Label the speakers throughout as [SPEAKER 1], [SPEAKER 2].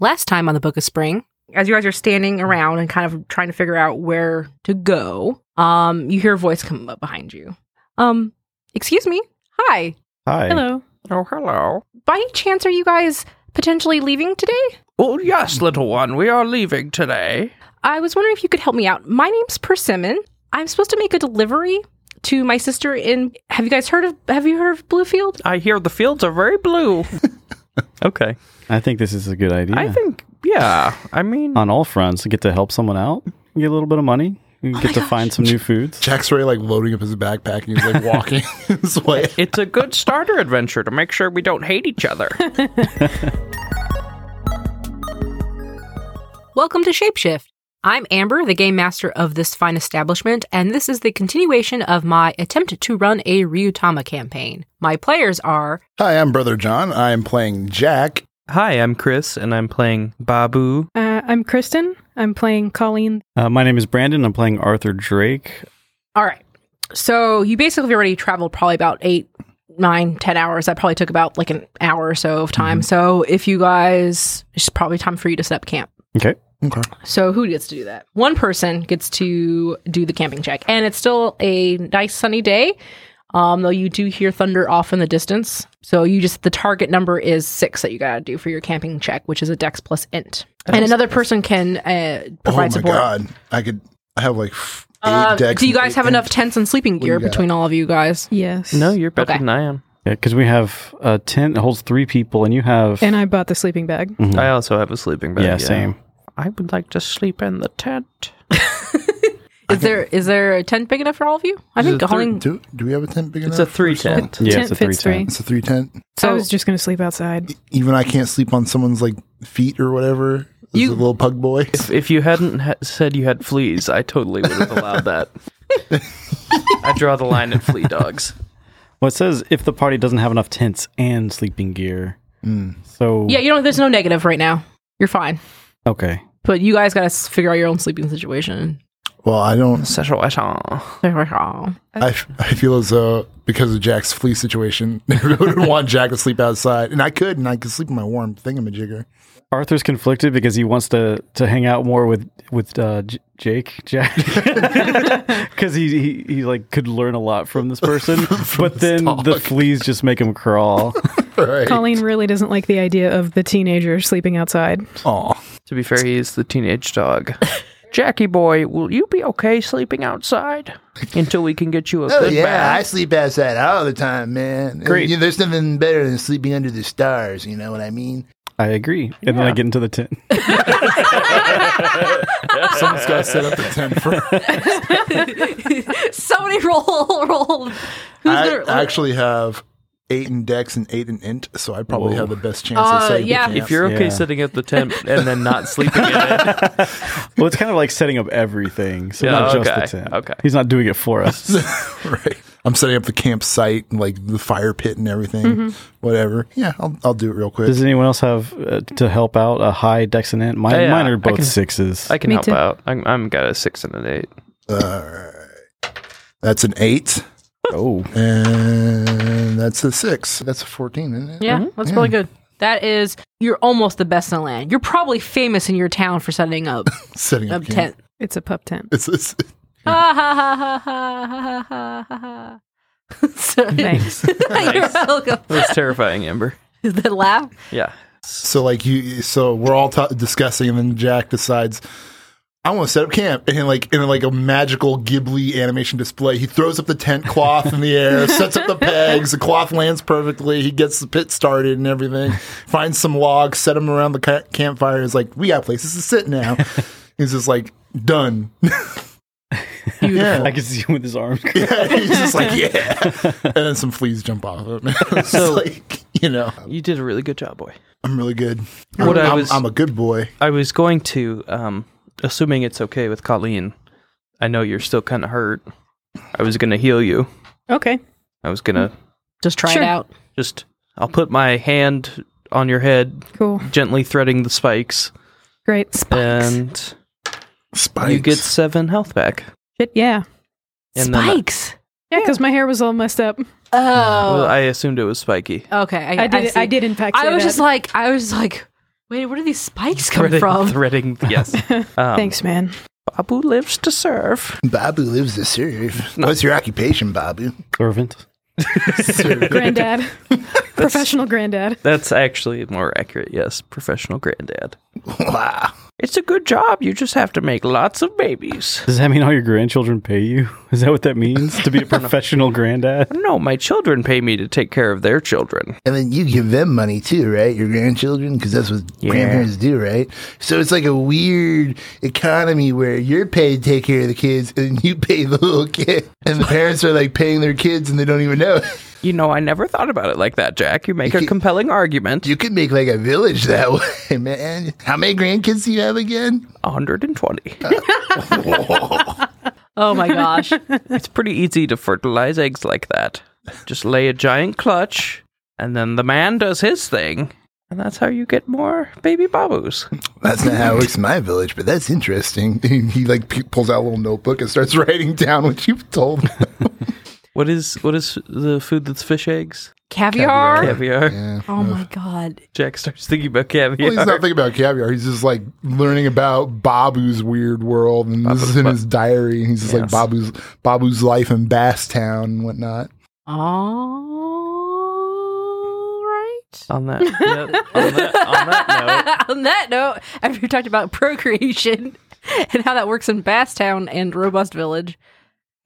[SPEAKER 1] Last time on the Book of Spring, as you guys are standing around and kind of trying to figure out where to go, um, you hear a voice come up behind you. Um, excuse me. Hi.
[SPEAKER 2] Hi.
[SPEAKER 3] Hello.
[SPEAKER 4] Oh, hello.
[SPEAKER 1] By any chance, are you guys potentially leaving today?
[SPEAKER 4] Oh, yes, little one, we are leaving today.
[SPEAKER 1] I was wondering if you could help me out. My name's Persimmon. I'm supposed to make a delivery to my sister in. Have you guys heard of? Have you heard of Bluefield?
[SPEAKER 4] I hear the fields are very blue.
[SPEAKER 3] Okay.
[SPEAKER 2] I think this is a good idea.
[SPEAKER 4] I think, yeah, I mean,
[SPEAKER 2] on all fronts, you get to help someone out, you get a little bit of money, you
[SPEAKER 3] Oh
[SPEAKER 2] get to find some new foods.
[SPEAKER 5] Jack's already like loading up his backpack and he's like walking his way.
[SPEAKER 4] it's a good starter adventure to make sure we don't hate each other.
[SPEAKER 1] Welcome to Shapeshift. I'm Amber, the game master of this fine establishment, and this is the continuation of my attempt to run a Ryutama campaign. My players are
[SPEAKER 5] Hi, I'm Brother John. I'm playing Jack.
[SPEAKER 6] Hi, I'm Chris, and I'm playing Babu.
[SPEAKER 3] Uh, I'm Kristen. I'm playing Colleen.
[SPEAKER 2] Uh, my name is Brandon. I'm playing Arthur Drake.
[SPEAKER 1] All right. So you basically have already traveled probably about eight, nine, ten hours. That probably took about like an hour or so of time. So if you guys, it's probably time for you to set up camp.
[SPEAKER 2] Okay.
[SPEAKER 5] Okay.
[SPEAKER 1] So who gets to do that? One person gets to do the camping check, and it's still a nice sunny day. Um, though you do hear thunder off in the distance. So you just the target number is six that you gotta do for your camping check, which is a dex plus int. And another person can uh,
[SPEAKER 5] Oh
[SPEAKER 1] provide
[SPEAKER 5] my
[SPEAKER 1] support.
[SPEAKER 5] god. I could I have like f- eight
[SPEAKER 1] Uh,
[SPEAKER 5] decks.
[SPEAKER 1] do you
[SPEAKER 5] and
[SPEAKER 1] guys
[SPEAKER 5] eight
[SPEAKER 1] have enough
[SPEAKER 5] inch.
[SPEAKER 1] tents and sleeping
[SPEAKER 5] do you
[SPEAKER 1] gear
[SPEAKER 5] got?
[SPEAKER 1] between all of you guys?
[SPEAKER 3] Yes.
[SPEAKER 6] No, you're better
[SPEAKER 1] Okay.
[SPEAKER 6] than I am.
[SPEAKER 2] Yeah, because we have a tent that holds three people, and you have.
[SPEAKER 3] And I bought the sleeping bag.
[SPEAKER 5] Mm-hmm.
[SPEAKER 2] Mhm.
[SPEAKER 6] I also have a sleeping bag.
[SPEAKER 2] yeah, same.
[SPEAKER 4] I would like to sleep in the tent.
[SPEAKER 1] Is there is there a tent big enough for all of you? I
[SPEAKER 6] Is
[SPEAKER 1] think
[SPEAKER 6] it three-
[SPEAKER 1] holding
[SPEAKER 5] Do, do we have a tent big
[SPEAKER 6] It's
[SPEAKER 5] enough?
[SPEAKER 6] a three
[SPEAKER 5] for someone?
[SPEAKER 6] tent.
[SPEAKER 2] Yeah,
[SPEAKER 3] Tent
[SPEAKER 2] it's a three
[SPEAKER 3] fits three.
[SPEAKER 2] tent.
[SPEAKER 5] It's a three tent.
[SPEAKER 1] so
[SPEAKER 3] I was just going to sleep outside.
[SPEAKER 5] Even I can't sleep on someone's like feet or whatever. This
[SPEAKER 1] You-
[SPEAKER 5] is a little pug boy.
[SPEAKER 6] If, if you hadn't ha- said you had fleas, I totally would have allowed that. I draw the line at flea dogs.
[SPEAKER 2] Well, it says if the party doesn't have enough tents and sleeping gear. So.
[SPEAKER 1] yeah, you know, there's no negative right now. You're fine,
[SPEAKER 2] Okay.
[SPEAKER 1] but you guys gotta s- figure out your own sleeping situation.
[SPEAKER 5] Well, I don't
[SPEAKER 6] Situation.
[SPEAKER 1] Well,
[SPEAKER 5] I, f- I feel as though because of Jack's flea situation, they would want Jack to sleep outside. And I could, and I could sleep in my warm thingamajigger.
[SPEAKER 2] Arthur's conflicted because he wants to to hang out more with with uh, J- Jake Jack because he, he he like could learn a lot from this person, but then the fleas just make him crawl.
[SPEAKER 5] Right.
[SPEAKER 3] Colleen really doesn't like the idea of the teenager sleeping outside.
[SPEAKER 5] Aw.
[SPEAKER 6] To be fair, he is the teenage dog. Jackie boy, will you be okay sleeping outside until we can get you a
[SPEAKER 5] Oh,
[SPEAKER 6] good bath?
[SPEAKER 5] sleep outside all the time, man.
[SPEAKER 2] Great. you know,
[SPEAKER 5] there's nothing better than sleeping under the stars. You know what I mean?
[SPEAKER 2] I agree, and then I get into the tent.
[SPEAKER 5] Someone's got to set up the tent for.
[SPEAKER 1] Somebody roll, roll. Who's
[SPEAKER 5] I
[SPEAKER 1] gonna-
[SPEAKER 5] actually have eight in dex and eight in int, so I probably have the best chance
[SPEAKER 1] Uh,
[SPEAKER 5] of setting
[SPEAKER 1] yeah.
[SPEAKER 5] the camp.
[SPEAKER 6] If you're okay
[SPEAKER 2] Yeah.
[SPEAKER 6] sitting at the tent and then not sleeping in it,
[SPEAKER 2] Well, it's kind of like setting up everything, so
[SPEAKER 6] Yeah,
[SPEAKER 2] not
[SPEAKER 6] okay,
[SPEAKER 2] just the tent.
[SPEAKER 6] okay.
[SPEAKER 2] he's not doing it for us.
[SPEAKER 5] right. I'm setting up the campsite and like the fire pit and everything,
[SPEAKER 1] Mm-hmm.
[SPEAKER 5] whatever. Yeah, I'll, I'll do it real quick.
[SPEAKER 2] Does anyone else have uh, to help out a high dexanant? Mine,
[SPEAKER 6] Yeah,
[SPEAKER 2] mine
[SPEAKER 6] I
[SPEAKER 2] are both
[SPEAKER 6] can-
[SPEAKER 2] sixes.
[SPEAKER 6] I can
[SPEAKER 3] Me
[SPEAKER 6] help
[SPEAKER 3] too.
[SPEAKER 6] out. I'm, I'm got a six and an eight.
[SPEAKER 5] That's an eight,
[SPEAKER 2] oh,
[SPEAKER 5] and that's a six. That's a fourteen, isn't it?
[SPEAKER 1] Hmm? yeah, that's really good. That is, you're almost the best in the land. You're probably famous in your town for setting up
[SPEAKER 5] Setting
[SPEAKER 1] a
[SPEAKER 5] up camp.
[SPEAKER 1] tent.
[SPEAKER 3] It's a pup tent.
[SPEAKER 5] It's, it's,
[SPEAKER 1] Ha ha ha ha ha ha ha ha. Sorry.
[SPEAKER 3] Thanks.
[SPEAKER 1] You're
[SPEAKER 6] Nice.
[SPEAKER 1] welcome.
[SPEAKER 6] That's terrifying, Amber.
[SPEAKER 1] Is that laugh?
[SPEAKER 6] Yeah.
[SPEAKER 5] so like you, so we're all ta discussing, and then Jack decides. I want to set up camp, and like in like a magical Ghibli animation display, he throws up the tent cloth in the air, sets up the pegs, the cloth lands perfectly. He gets the pit started and everything. Finds some logs, set them around the ca- campfire. Is like, we got places to sit now. He's just like, done.
[SPEAKER 2] I can see him with his arms.
[SPEAKER 5] He's just like, yeah. And then some fleas jump off of him. It's
[SPEAKER 6] So-
[SPEAKER 5] like, you know,
[SPEAKER 6] You did a really good job, boy.
[SPEAKER 5] I'm really good.
[SPEAKER 6] What I
[SPEAKER 5] I'm,
[SPEAKER 6] was-
[SPEAKER 5] I'm a good boy.
[SPEAKER 6] I was going to, um, assuming it's okay with Colleen. I know you're still kind of hurt. I was gonna heal you.
[SPEAKER 3] Okay.
[SPEAKER 6] I was gonna
[SPEAKER 1] Just try
[SPEAKER 3] Sure.
[SPEAKER 1] it out.
[SPEAKER 6] just. I'll put my hand on your head,
[SPEAKER 3] Cool.
[SPEAKER 6] gently threading the spikes,
[SPEAKER 3] Great.
[SPEAKER 6] and
[SPEAKER 5] Spikes.
[SPEAKER 6] you get seven health back.
[SPEAKER 3] Shit, yeah.
[SPEAKER 6] And then-
[SPEAKER 1] Spikes.
[SPEAKER 3] Yeah, because my hair was all messed up.
[SPEAKER 1] Oh.
[SPEAKER 6] Well, I assumed it was spiky.
[SPEAKER 1] okay.
[SPEAKER 3] I did. I,
[SPEAKER 1] see.
[SPEAKER 3] did in fact.
[SPEAKER 1] I
[SPEAKER 3] say
[SPEAKER 1] was
[SPEAKER 3] that.
[SPEAKER 1] just like, I was just like, Wait, where do these spikes come
[SPEAKER 4] Threading,
[SPEAKER 1] from?
[SPEAKER 4] threading. Yes.
[SPEAKER 5] Um,
[SPEAKER 3] Thanks, man.
[SPEAKER 6] Babu Um, lives to serve.
[SPEAKER 5] Babu lives to serve. What's your occupation, Babu?
[SPEAKER 2] Servant.
[SPEAKER 3] Granddad. Professional granddad.
[SPEAKER 4] That's actually more accurate. Yes. Professional granddad.
[SPEAKER 5] Wow.
[SPEAKER 6] It's a good job. You just have to make lots of babies.
[SPEAKER 2] Does that mean all your grandchildren pay you? Is that what that means to be a professional granddad?
[SPEAKER 6] No, my children pay me to take care of their children.
[SPEAKER 5] And then you give them money too, right? Your grandchildren, because that's what grandparents do, right? So it's like a weird economy where you're paid to take care of the kids and you pay the little kid. And the parents are like paying their kids and they don't even know.
[SPEAKER 6] You know, I never thought about it like that, Jack. You make a compelling argument.
[SPEAKER 5] You could make like a village that way, man. How many grandkids do you have again?
[SPEAKER 6] 120.
[SPEAKER 1] Oh my gosh.
[SPEAKER 6] It's pretty easy to fertilize eggs like that. Just lay a giant clutch, and then the man does his thing, and that's how you get more baby babus.
[SPEAKER 5] That's not how it works in my village, but that's interesting. he like p- pulls out a little notebook and starts writing down what you've told him.
[SPEAKER 4] What is what is the food that's fish eggs?
[SPEAKER 1] Caviar?
[SPEAKER 4] Caviar.
[SPEAKER 1] Oh my god.
[SPEAKER 4] Jack starts thinking about
[SPEAKER 5] Well,
[SPEAKER 4] caviar.
[SPEAKER 5] he's not thinking about caviar. He's just like learning about Babu's weird world, and this is in his diary. And he's just like
[SPEAKER 4] Yes.
[SPEAKER 5] Babu's Babu's life in Bass Town and whatnot.
[SPEAKER 1] All right.
[SPEAKER 4] on that, yeah, on that, on that note,
[SPEAKER 1] On that note, after we talked about procreation and how that works in Basstown and Robust Village,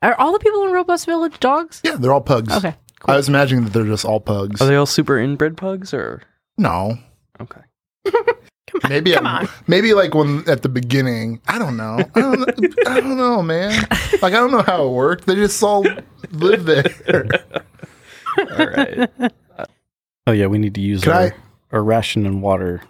[SPEAKER 1] are all the people in Robust Village dogs?
[SPEAKER 5] Yeah, they're all pugs.
[SPEAKER 1] Okay.
[SPEAKER 5] I was imagining that they're just all pugs.
[SPEAKER 4] are they all super inbred pugs or
[SPEAKER 5] no.
[SPEAKER 4] okay?
[SPEAKER 5] Maybe come on. maybe like when at the beginning. I don't know. I don't, I don't know, man. Like I don't know how it worked. They just all live there.
[SPEAKER 4] All right.
[SPEAKER 2] Oh yeah, we need to use
[SPEAKER 5] Could
[SPEAKER 2] our,
[SPEAKER 5] I-
[SPEAKER 2] our ration and water.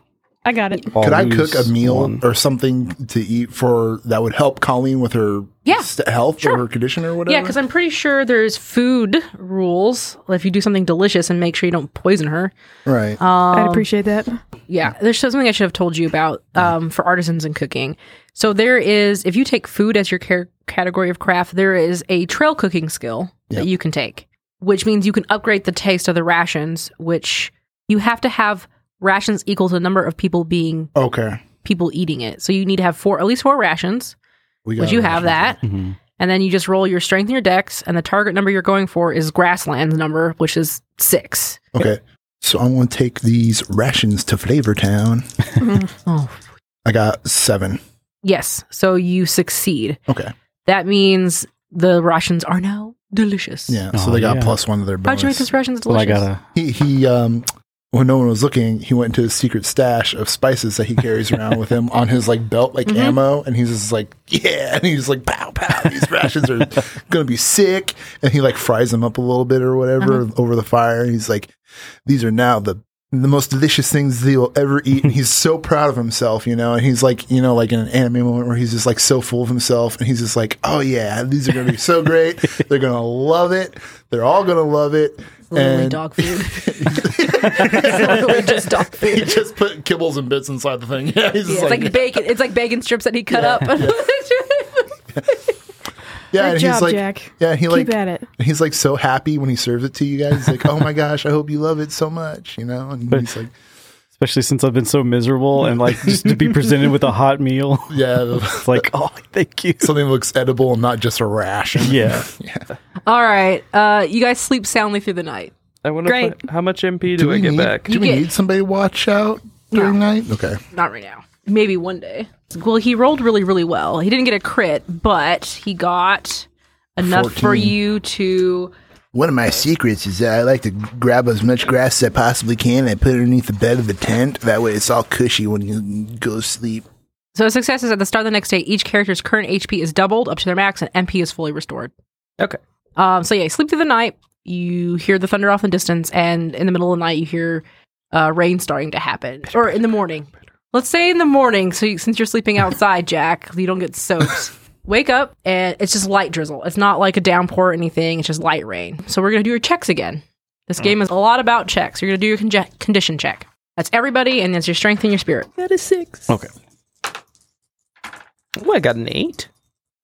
[SPEAKER 3] I got it.
[SPEAKER 2] All
[SPEAKER 5] Could I
[SPEAKER 2] loose
[SPEAKER 5] cook a meal
[SPEAKER 2] one.
[SPEAKER 5] or something to eat for that would help Colleen with her
[SPEAKER 1] Yeah,
[SPEAKER 5] st- health or her condition or whatever?
[SPEAKER 1] Yeah, because I'm pretty sure there's food rules. If you do something delicious and make sure you don't poison her.
[SPEAKER 5] right.
[SPEAKER 1] Um,
[SPEAKER 3] I'd appreciate that.
[SPEAKER 1] Yeah, there's something I should have told you about um, for artisans and cooking. So there is, if you take food as your care- category of craft, there is a trail cooking skill that you can take, which means you can upgrade the taste of the rations. Which you have to have rations equal to the number of people being
[SPEAKER 5] okay.
[SPEAKER 1] people eating it. So you need to have four, at least four rations.
[SPEAKER 5] We
[SPEAKER 1] Which
[SPEAKER 5] got
[SPEAKER 1] you
[SPEAKER 5] it.
[SPEAKER 1] have that,
[SPEAKER 2] Mhm.
[SPEAKER 1] and then you just roll your strength and your dex, and the target number you're going for is grasslands number, which is six.
[SPEAKER 5] Okay. So I'm going to take these rations to Flavor Town.
[SPEAKER 1] Oh,
[SPEAKER 5] I got seven.
[SPEAKER 1] yes. So you succeed.
[SPEAKER 5] Okay.
[SPEAKER 1] That means the rations are now delicious.
[SPEAKER 5] Yeah. so
[SPEAKER 2] Oh,
[SPEAKER 5] they got
[SPEAKER 2] yeah.
[SPEAKER 5] plus one to their
[SPEAKER 1] How'd
[SPEAKER 5] bonus.
[SPEAKER 1] you make those rations
[SPEAKER 2] Well, I
[SPEAKER 1] delicious?
[SPEAKER 2] gotta.
[SPEAKER 5] he, he, um, when no one was looking, he went into his secret stash of spices that he carries around with him on his like belt,
[SPEAKER 1] Mm-hmm.
[SPEAKER 5] like ammo, and he's just like, yeah, and he's like, pow, pow. These rations are gonna be sick, and he like fries them up a little bit or whatever
[SPEAKER 1] Mm-hmm.
[SPEAKER 5] over the fire. And he's like, these are now the the most delicious things that he'll ever eat. And he's so proud of himself, you know. And he's like, you know, like in an anime moment where he's just like so full of himself and he's just like, oh yeah, these are going to be so great. They're going to love it. They're all going to love it.
[SPEAKER 1] Literally
[SPEAKER 5] And
[SPEAKER 1] dog food. Literally just dog
[SPEAKER 5] he
[SPEAKER 1] food.
[SPEAKER 5] just put kibbles and bits inside the thing. Yeah, he's
[SPEAKER 1] Yeah,
[SPEAKER 5] just
[SPEAKER 1] it's
[SPEAKER 5] like,
[SPEAKER 1] like bacon. It's like bacon strips that he cut up.
[SPEAKER 5] yeah,
[SPEAKER 3] Good
[SPEAKER 5] and
[SPEAKER 3] job,
[SPEAKER 5] he's like,
[SPEAKER 3] Jack.
[SPEAKER 5] yeah, he
[SPEAKER 3] Keep
[SPEAKER 5] like,
[SPEAKER 3] at it.
[SPEAKER 5] he's like so happy when he serves it to you guys. He's like, oh my gosh, I hope you love it so much, you know. And he's like,
[SPEAKER 2] Especially since I've been so miserable and like just to be presented with a hot meal,
[SPEAKER 5] yeah,
[SPEAKER 2] it's like, oh, thank you.
[SPEAKER 5] something that looks edible and not just a rash.
[SPEAKER 2] Yeah,
[SPEAKER 1] All right. Uh, you guys sleep soundly through the night.
[SPEAKER 4] I wonder if
[SPEAKER 1] Great.
[SPEAKER 4] I- how much MP do, I get
[SPEAKER 5] need,
[SPEAKER 4] back?
[SPEAKER 5] Do we
[SPEAKER 1] get-
[SPEAKER 5] need somebody to watch out during night? Okay.
[SPEAKER 1] Not right now. Maybe one day. Well, he rolled really, really well. He didn't get a crit, but he got enough for
[SPEAKER 5] 14.
[SPEAKER 1] you to.
[SPEAKER 5] One of my secrets is that I like to grab as much grass as I possibly can and I put it underneath the bed of the tent. That way it's all cushy when you go to sleep.
[SPEAKER 1] So, success is at the start of the next day, each character's current HP is doubled up to their max, and MP is fully restored.
[SPEAKER 4] Okay.
[SPEAKER 1] Um, so yeah, you sleep through the night. You hear the thunder off in the distance, and in the middle of the night, you hear uh, rain starting to happen, or in the morning. Let's say in the morning, so you, since you're sleeping outside, Jack, you don't get soaked. Wake up, and it's just light drizzle. It's not like a downpour or anything. It's just light rain. So we're gonna do your checks again. This game is a lot about checks. You're gonna do your conge- condition check. That's everybody, and that's your strength and your spirit.
[SPEAKER 6] That is six.
[SPEAKER 2] Okay.
[SPEAKER 6] Oh, I got an eight.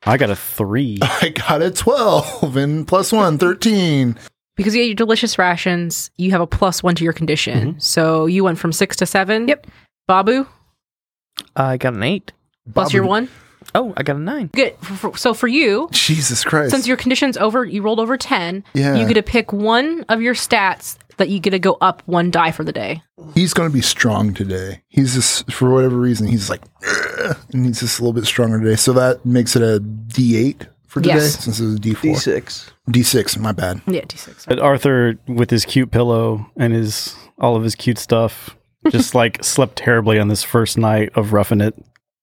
[SPEAKER 2] I got a three.
[SPEAKER 5] I got a 12 and plus one, 13.
[SPEAKER 1] Because you ate your delicious rations, you have a plus one to your condition. So you went from six to seven. Mm-hmm. Yep. Babu,
[SPEAKER 6] I got an eight.
[SPEAKER 1] plus your
[SPEAKER 5] Babu-
[SPEAKER 1] one.
[SPEAKER 6] Oh, I got a nine.
[SPEAKER 1] Good. F- f- So for you,
[SPEAKER 5] Jesus Christ.
[SPEAKER 1] since your condition's over, you rolled over 10.
[SPEAKER 5] Yeah.
[SPEAKER 1] You get to pick one of your stats that you get to go up one die for the day.
[SPEAKER 5] he's going to be strong today. He's just for whatever reason he's like, "Ugh," and he's just a little bit stronger today. So that makes it a D eight for today
[SPEAKER 1] Yes.
[SPEAKER 5] since it was a D four,
[SPEAKER 6] six.
[SPEAKER 5] D six. My bad.
[SPEAKER 1] Yeah, d6.
[SPEAKER 2] But Arthur, with his cute pillow and his all of his cute stuff, just like slept terribly on this first night of roughing it.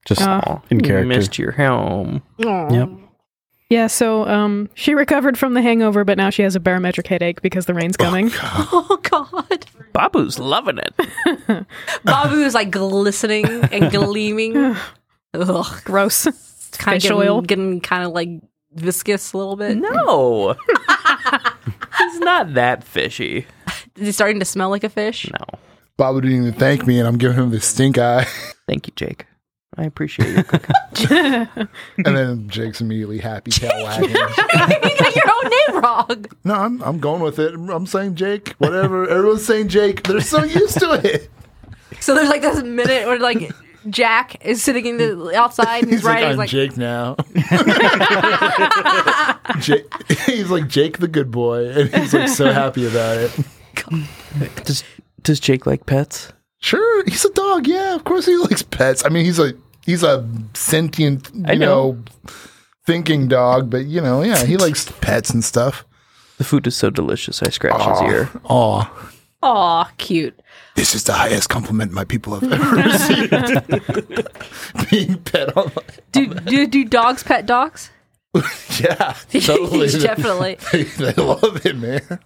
[SPEAKER 2] Just
[SPEAKER 6] Oh,
[SPEAKER 2] in
[SPEAKER 6] you
[SPEAKER 2] character.
[SPEAKER 6] Missed your home.
[SPEAKER 1] Aw.
[SPEAKER 2] Yep.
[SPEAKER 3] Yeah, so um, she recovered from the hangover, but now she has a barometric headache because the rain's coming.
[SPEAKER 1] Oh, God.
[SPEAKER 6] Babu's loving it.
[SPEAKER 1] Babu is like glistening and gleaming. Ugh.
[SPEAKER 3] Gross.
[SPEAKER 1] It's kind
[SPEAKER 3] Fish
[SPEAKER 1] of getting,
[SPEAKER 3] oil.
[SPEAKER 1] getting kind of like viscous a little bit.
[SPEAKER 6] No, he's not that fishy.
[SPEAKER 1] Is it starting to smell like a fish?
[SPEAKER 6] No,
[SPEAKER 5] Bob didn't even thank me, and I'm giving him the stink eye.
[SPEAKER 6] thank you, Jake. I appreciate your cooking.
[SPEAKER 5] and then Jake's immediately happy tail wagging.
[SPEAKER 1] you got your own name wrong.
[SPEAKER 5] no, I'm I'm going with it. I'm saying Jake. Whatever. Everyone's saying Jake. They're so used to it.
[SPEAKER 1] So there's like this minute where like Jack is sitting in the outside and he's,
[SPEAKER 5] He's like,
[SPEAKER 1] writing
[SPEAKER 5] I'm
[SPEAKER 1] like,
[SPEAKER 5] Jake now. Jake, he's like Jake the good boy, and he's like so happy about it.
[SPEAKER 6] does Does Jake like pets?
[SPEAKER 5] Sure, he's a dog. Yeah, of course he likes pets. I mean, he's a he's a sentient, you
[SPEAKER 6] I know.
[SPEAKER 5] know. thinking dog. But you know, yeah, he likes pets and stuff.
[SPEAKER 6] The food is so delicious. I scratch his
[SPEAKER 2] Ah.
[SPEAKER 6] ear.
[SPEAKER 5] Aw,
[SPEAKER 1] "Aw, cute."
[SPEAKER 5] this is the highest compliment my people have ever received. Being pet on,
[SPEAKER 1] Do, do do dogs pet dogs?
[SPEAKER 5] yeah, totally.
[SPEAKER 1] Definitely.
[SPEAKER 5] they, they love it, man.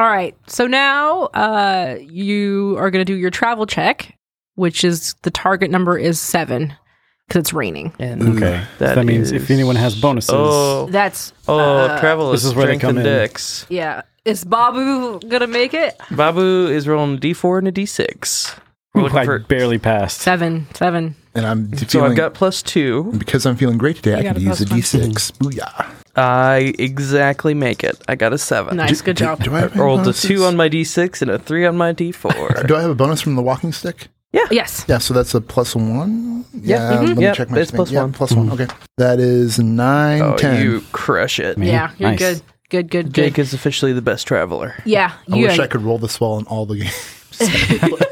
[SPEAKER 1] All right. So now uh, you are going to do your travel check, which is the target number is seven because it's raining.
[SPEAKER 6] And
[SPEAKER 2] Okay. So that means if
[SPEAKER 6] is-
[SPEAKER 2] anyone has bonuses-
[SPEAKER 6] Oh,
[SPEAKER 1] That's uh,
[SPEAKER 6] oh travel
[SPEAKER 2] This
[SPEAKER 6] is
[SPEAKER 2] is where they
[SPEAKER 6] strength
[SPEAKER 2] come
[SPEAKER 6] and
[SPEAKER 2] in.
[SPEAKER 6] dex.
[SPEAKER 1] yeah. Is Babu gonna make it?
[SPEAKER 6] Babu is rolling a d4 and a d6. We're looking
[SPEAKER 2] I
[SPEAKER 6] for.
[SPEAKER 2] barely passed.
[SPEAKER 1] Seven, seven.
[SPEAKER 5] And I'm
[SPEAKER 6] So
[SPEAKER 5] feeling
[SPEAKER 6] I've got plus two.
[SPEAKER 5] because I'm feeling great today. I
[SPEAKER 3] got
[SPEAKER 5] could
[SPEAKER 3] a
[SPEAKER 5] use a
[SPEAKER 3] plus
[SPEAKER 5] D6. Booyah!
[SPEAKER 6] I exactly make it. I got a seven.
[SPEAKER 1] Nice, good job.
[SPEAKER 5] Uh, Do I have
[SPEAKER 6] I
[SPEAKER 5] any
[SPEAKER 6] rolled a
[SPEAKER 5] bonuses?
[SPEAKER 6] two on my d6 and a three on my d4.
[SPEAKER 5] Do I have a bonus from the walking stick?
[SPEAKER 1] Yes.
[SPEAKER 5] Yeah, so that's a plus one. Yeah,
[SPEAKER 6] mhm.
[SPEAKER 5] let me
[SPEAKER 6] Yep,
[SPEAKER 5] check my
[SPEAKER 6] it's
[SPEAKER 5] thing.
[SPEAKER 6] plus
[SPEAKER 5] Yeah,
[SPEAKER 6] one.
[SPEAKER 5] plus one. Okay, that is nine
[SPEAKER 6] Mm-hmm. oh,
[SPEAKER 5] ten.
[SPEAKER 6] you crush it.
[SPEAKER 2] Man,
[SPEAKER 1] Yeah, you're
[SPEAKER 2] nice.
[SPEAKER 1] good. Good, good, good.
[SPEAKER 6] Jake is officially the best traveler.
[SPEAKER 1] Yeah,
[SPEAKER 5] I
[SPEAKER 1] you.
[SPEAKER 5] wish I could roll this well in all the games.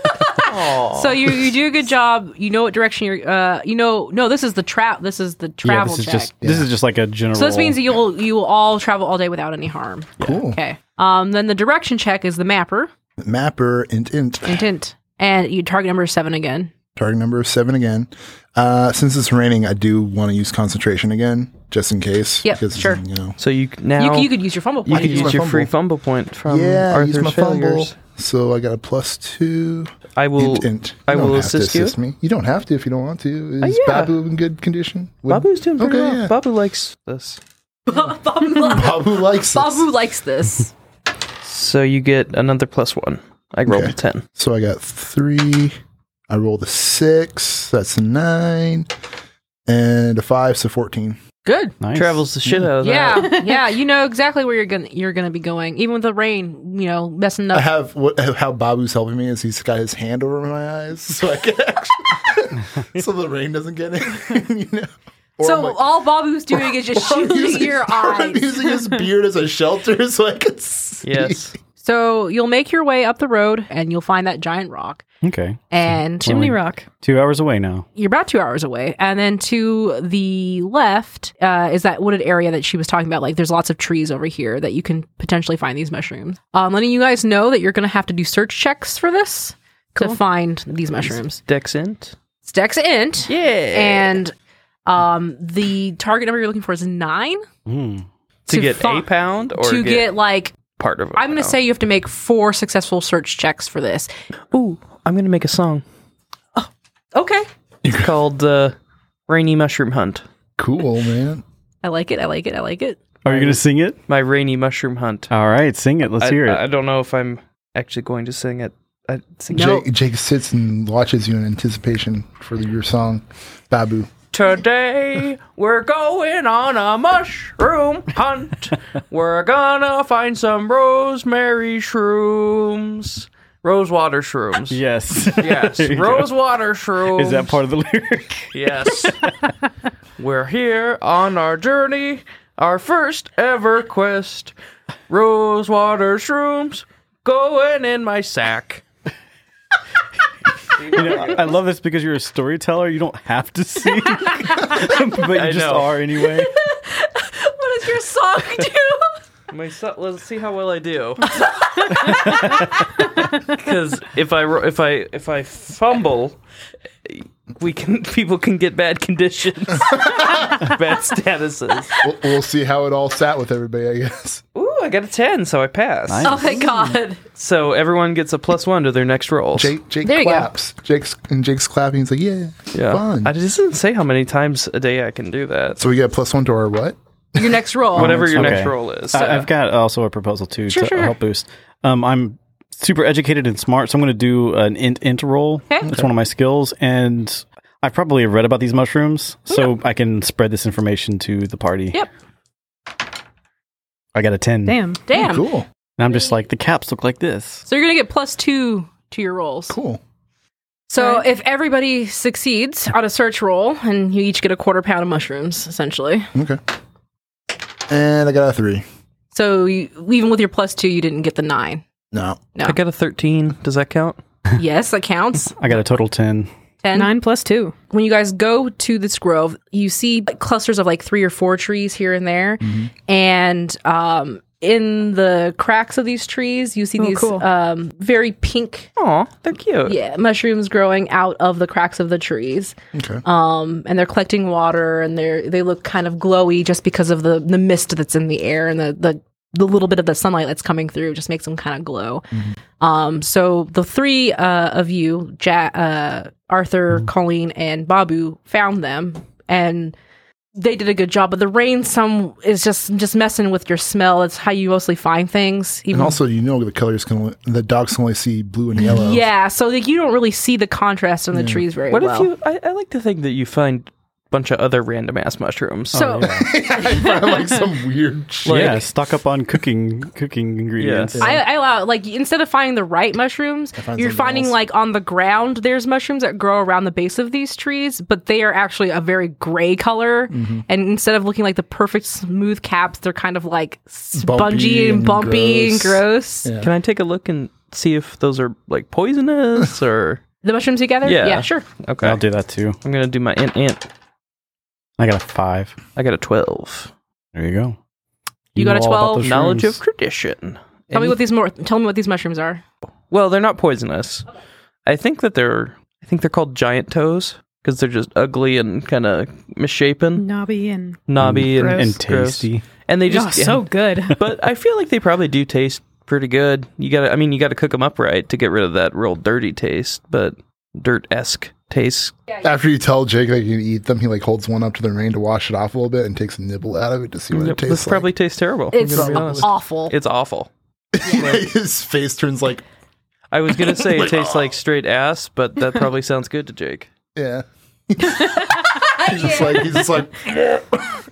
[SPEAKER 1] So you you do a good job. You know what direction you're. Uh, you know, no, this is the trap. This is the
[SPEAKER 2] Yeah,
[SPEAKER 1] travel
[SPEAKER 2] this is
[SPEAKER 1] check.
[SPEAKER 2] just this is just like a general.
[SPEAKER 1] so this means that you'll you will all travel all day without any harm.
[SPEAKER 5] Cool.
[SPEAKER 1] Okay. Um. Then the direction check is the mapper
[SPEAKER 5] Mapper int int.
[SPEAKER 1] intent, and you target number is seven again.
[SPEAKER 5] Target number is seven again. Uh, since it's raining, I do want to use concentration again, just in case.
[SPEAKER 1] Yep,
[SPEAKER 5] because,
[SPEAKER 1] sure.
[SPEAKER 5] You know.
[SPEAKER 6] So you c- now
[SPEAKER 1] You, you could use your fumble
[SPEAKER 6] you
[SPEAKER 1] point.
[SPEAKER 6] could
[SPEAKER 5] use
[SPEAKER 6] use,
[SPEAKER 5] my
[SPEAKER 6] your
[SPEAKER 5] fumble.
[SPEAKER 6] free fumble point from
[SPEAKER 5] yeah, I
[SPEAKER 6] Arthur's
[SPEAKER 5] use my fumble.
[SPEAKER 6] Um, failures.
[SPEAKER 5] So I got a plus two.
[SPEAKER 6] I will.
[SPEAKER 5] int int.
[SPEAKER 6] I
[SPEAKER 5] You don't
[SPEAKER 6] will
[SPEAKER 5] have to
[SPEAKER 6] assist you.
[SPEAKER 5] me. You don't have to if you don't want to. Is
[SPEAKER 6] yeah.
[SPEAKER 5] Babu in good condition? Would-
[SPEAKER 6] Babu's doing pretty
[SPEAKER 5] Okay,
[SPEAKER 6] well.
[SPEAKER 5] yeah.
[SPEAKER 6] Babu likes this.
[SPEAKER 1] Babu,
[SPEAKER 5] Babu likes this.
[SPEAKER 1] Babu likes this.
[SPEAKER 6] So you get another plus one. I rolled
[SPEAKER 5] Okay.
[SPEAKER 6] a ten.
[SPEAKER 5] So I got three. I rolled a six. That's a nine. And a five, so 14.
[SPEAKER 1] Good.
[SPEAKER 2] nice.
[SPEAKER 6] Travels the shit out of that.
[SPEAKER 1] Yeah, yeah. You know exactly where you're gonna you're gonna be going, even with the rain. You know, messing
[SPEAKER 5] I
[SPEAKER 1] up.
[SPEAKER 5] have what, how Babu's helping me is he's got his hand over my eyes so I can actually, so the rain doesn't get in, you know. Or
[SPEAKER 1] So
[SPEAKER 5] I'm like-
[SPEAKER 1] all Babu's doing is just
[SPEAKER 5] or I'm
[SPEAKER 1] shielding your
[SPEAKER 5] or I'm
[SPEAKER 1] eyes.
[SPEAKER 5] using his beard as a shelter so I can see.
[SPEAKER 6] Yes.
[SPEAKER 1] So you'll make your way up the road and you'll find that giant rock.
[SPEAKER 2] Okay,
[SPEAKER 1] And
[SPEAKER 6] Hmm.
[SPEAKER 3] Chimney Rock.
[SPEAKER 2] two hours away now.
[SPEAKER 1] you're about two hours away. And then to the left uh, is that wooded area that she was talking about. Like there's lots of trees over here that you can potentially find these mushrooms. Um, letting you guys know that you're going to have to do search checks for this to find these mushrooms.
[SPEAKER 6] Dex int.
[SPEAKER 1] It's Dex Int.
[SPEAKER 6] Yeah.
[SPEAKER 1] And um, the target number you're looking for is nine.
[SPEAKER 2] Mm.
[SPEAKER 6] to, get
[SPEAKER 1] fi-
[SPEAKER 6] a pound or
[SPEAKER 1] to
[SPEAKER 6] get,
[SPEAKER 1] get like
[SPEAKER 6] part of it.
[SPEAKER 1] I'm going to say you have to make four successful search checks for this.
[SPEAKER 6] Ooh, I'm gonna make a song.
[SPEAKER 1] Okay.
[SPEAKER 6] It's called uh, "Rainy Mushroom Hunt."
[SPEAKER 5] Cool, man.
[SPEAKER 1] I like it. I like it. I like it.
[SPEAKER 2] Are you gonna sing it?
[SPEAKER 6] My rainy mushroom hunt.
[SPEAKER 2] All right, sing it. Let's
[SPEAKER 6] I,
[SPEAKER 2] hear it.
[SPEAKER 6] I don't know if I'm actually going to sing it. I think
[SPEAKER 1] No.
[SPEAKER 5] Jake, Jake sits and watches you in anticipation for your song, Babu.
[SPEAKER 6] Today we're going on a mushroom hunt. We're gonna find some rosemary shrooms. Rosewater shrooms.
[SPEAKER 2] Yes.
[SPEAKER 6] Yes.
[SPEAKER 2] There you go.
[SPEAKER 6] Rosewater shrooms.
[SPEAKER 2] Is that part of the lyric?
[SPEAKER 6] Yes. We're here on our journey, our first ever quest. Rosewater shrooms going in my sack.
[SPEAKER 2] You know, I love this because you're a storyteller. You don't have to sing, but you just
[SPEAKER 6] know.
[SPEAKER 2] are anyway.
[SPEAKER 7] What does your song do?
[SPEAKER 6] My so- let's see how well I do. Because if I ro- if I if I fumble, we can people can get bad conditions, bad statuses.
[SPEAKER 5] We'll, we'll see how it all sat with everybody, I guess.
[SPEAKER 6] Ooh, I got a ten, so I pass.
[SPEAKER 2] Nice.
[SPEAKER 7] oh my god.
[SPEAKER 6] So everyone gets a plus one to their next roll.
[SPEAKER 5] Jake, Jake
[SPEAKER 1] There you go.
[SPEAKER 5] claps. Jake's and Jake's clapping. He's like, yeah,
[SPEAKER 6] Yeah.
[SPEAKER 5] fun.
[SPEAKER 6] I just didn't say how many times a day I can do that.
[SPEAKER 5] so we get plus one to our what?
[SPEAKER 1] Your next roll.
[SPEAKER 6] Whatever your
[SPEAKER 2] Okay.
[SPEAKER 6] next roll is.
[SPEAKER 2] I, I've got also a proposal too
[SPEAKER 1] Sure,
[SPEAKER 2] to
[SPEAKER 1] sure.
[SPEAKER 2] help boost. Um, I'm super educated and smart, so I'm going to do an int int roll.
[SPEAKER 1] Okay.
[SPEAKER 2] That's one of my skills, and I've probably read about these mushrooms, so I can spread this information to the party.
[SPEAKER 1] Yep.
[SPEAKER 2] I got a ten,
[SPEAKER 3] Damn.
[SPEAKER 1] Damn.
[SPEAKER 5] Cool,
[SPEAKER 2] and I'm just like the caps look like this.
[SPEAKER 1] So you're gonna get plus two to your rolls.
[SPEAKER 5] cool.
[SPEAKER 1] So if everybody succeeds on a search roll, and you each get a quarter pound of mushrooms, essentially.
[SPEAKER 5] Okay. And I got a three.
[SPEAKER 1] So you, even with your plus two, you didn't get the nine.
[SPEAKER 5] No.
[SPEAKER 6] I got a 13. Does that count?
[SPEAKER 1] yes, that counts.
[SPEAKER 2] I got a total ten.
[SPEAKER 1] Ten.
[SPEAKER 3] Nine plus two.
[SPEAKER 1] When you guys go to this grove, you see like, clusters of like three or four trees here and there, and um, in the cracks of these trees, you see these
[SPEAKER 3] cool.
[SPEAKER 1] um, very pink
[SPEAKER 6] Aw, they're cute.
[SPEAKER 1] yeah mushrooms growing out of the cracks of the trees
[SPEAKER 5] Okay.
[SPEAKER 1] um and they're collecting water and they're they look kind of glowy just because of the the mist that's in the air and the the the little bit of the sunlight that's coming through just makes them kind of glow
[SPEAKER 6] Mm-hmm.
[SPEAKER 1] um so the three uh of you ja- uh
[SPEAKER 6] Mm-hmm.
[SPEAKER 1] arthur colleen and babu found them and they did a good job but the rain some is just just messing with your smell it's how you mostly find things even
[SPEAKER 5] And also, you know the colors can only, the dogs can only see blue and yellow.
[SPEAKER 1] yeah, so like you don't really see the contrast in the trees very
[SPEAKER 6] What
[SPEAKER 1] well.
[SPEAKER 6] if you. I, I like to think that you find a bunch of other random ass mushrooms.
[SPEAKER 1] so
[SPEAKER 5] I like some weird shit.
[SPEAKER 2] yeah, stock up on cooking cooking ingredients.
[SPEAKER 6] Yeah.
[SPEAKER 1] I, I allow like instead of finding the right mushrooms,
[SPEAKER 5] find
[SPEAKER 1] you're
[SPEAKER 5] something
[SPEAKER 1] finding
[SPEAKER 5] else.
[SPEAKER 1] like on the ground there's mushrooms that grow around the base of these trees, but they are actually a very gray color. And instead of looking like the perfect smooth caps, they're kind of like spongy and
[SPEAKER 5] and
[SPEAKER 1] bumpy and gross.
[SPEAKER 5] Yeah.
[SPEAKER 6] Can I take a look and see if those are like poisonous or.
[SPEAKER 1] The mushrooms together,
[SPEAKER 6] Yeah.
[SPEAKER 1] sure.
[SPEAKER 6] Okay.
[SPEAKER 2] I'll do that too.
[SPEAKER 6] I'm going to do my ant ant.
[SPEAKER 2] I got a five.
[SPEAKER 6] I got a 12.
[SPEAKER 2] There you go.
[SPEAKER 1] You got a
[SPEAKER 2] know all about
[SPEAKER 1] 12?
[SPEAKER 2] those
[SPEAKER 6] Knowledge
[SPEAKER 2] shrooms.
[SPEAKER 6] of tradition.
[SPEAKER 1] Tell me what these more. Tell me what these mushrooms are.
[SPEAKER 6] Well, they're not poisonous. I think that they're I think they're called giant toes because they're just ugly and kind of misshapen,
[SPEAKER 3] Knobby Mm. and
[SPEAKER 6] knobby and,
[SPEAKER 3] Gross.
[SPEAKER 2] and
[SPEAKER 6] gross.
[SPEAKER 2] tasty.
[SPEAKER 6] And they
[SPEAKER 3] oh,
[SPEAKER 6] just
[SPEAKER 3] so good.
[SPEAKER 6] but I feel like they probably do taste pretty good. You got to I mean you got to cook them up right to get rid of that real dirty taste, but dirt-esque taste.
[SPEAKER 5] After you tell Jake that you can eat them, he like holds one up to the rain to wash it off a little bit and takes a nibble out of it to see what it
[SPEAKER 6] Yep,
[SPEAKER 5] tastes
[SPEAKER 6] this
[SPEAKER 5] like.
[SPEAKER 6] probably tastes terrible. I'm
[SPEAKER 1] It's
[SPEAKER 6] gonna be honest.
[SPEAKER 1] awful.
[SPEAKER 6] It's awful.
[SPEAKER 5] His face turns like,
[SPEAKER 6] I was going to say it tastes like straight ass, but that probably sounds good to Jake.
[SPEAKER 5] yeah. he's just like he's just like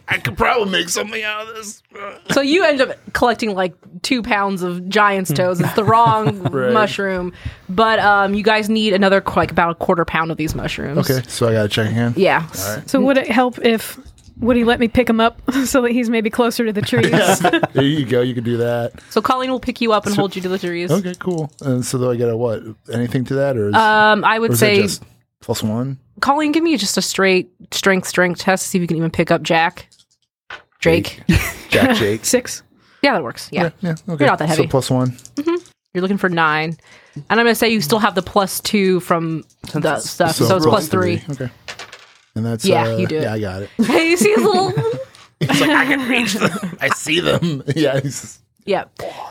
[SPEAKER 5] I could probably make something out of this.
[SPEAKER 1] So you end up collecting like two pounds of giant's toes. It's the wrong mushroom, but um, you guys need another qu- like about a quarter pound of these mushrooms.
[SPEAKER 5] Okay, so I gotta check again.
[SPEAKER 1] Yeah.
[SPEAKER 3] So would it help if would he let me pick him up so that he's maybe closer to the trees?
[SPEAKER 5] there you go. You can do that.
[SPEAKER 1] So Colleen will pick you up and hold you to the trees.
[SPEAKER 5] Okay, cool. And so do I get a what? Anything to that, or is,
[SPEAKER 1] Um, I
[SPEAKER 5] or
[SPEAKER 1] would
[SPEAKER 5] is that
[SPEAKER 1] say,
[SPEAKER 5] just plus one?
[SPEAKER 1] Colleen, give me just a straight strength strength test to see if you can even pick up Jack, Drake.
[SPEAKER 5] Jack, Jake.
[SPEAKER 3] Six.
[SPEAKER 1] yeah, that works. Yeah.
[SPEAKER 5] Yeah. Okay.
[SPEAKER 1] You're not that heavy.
[SPEAKER 5] So plus one.
[SPEAKER 1] you're looking for nine, and I'm gonna say you still have the plus two from the stuff, so, it's plus three.
[SPEAKER 5] Okay. And that's
[SPEAKER 1] Yeah,
[SPEAKER 5] uh,
[SPEAKER 1] you do it.
[SPEAKER 5] Yeah, I got it.
[SPEAKER 1] Hey, you see his little
[SPEAKER 5] I see them. yeah. he's just-
[SPEAKER 1] Yeah.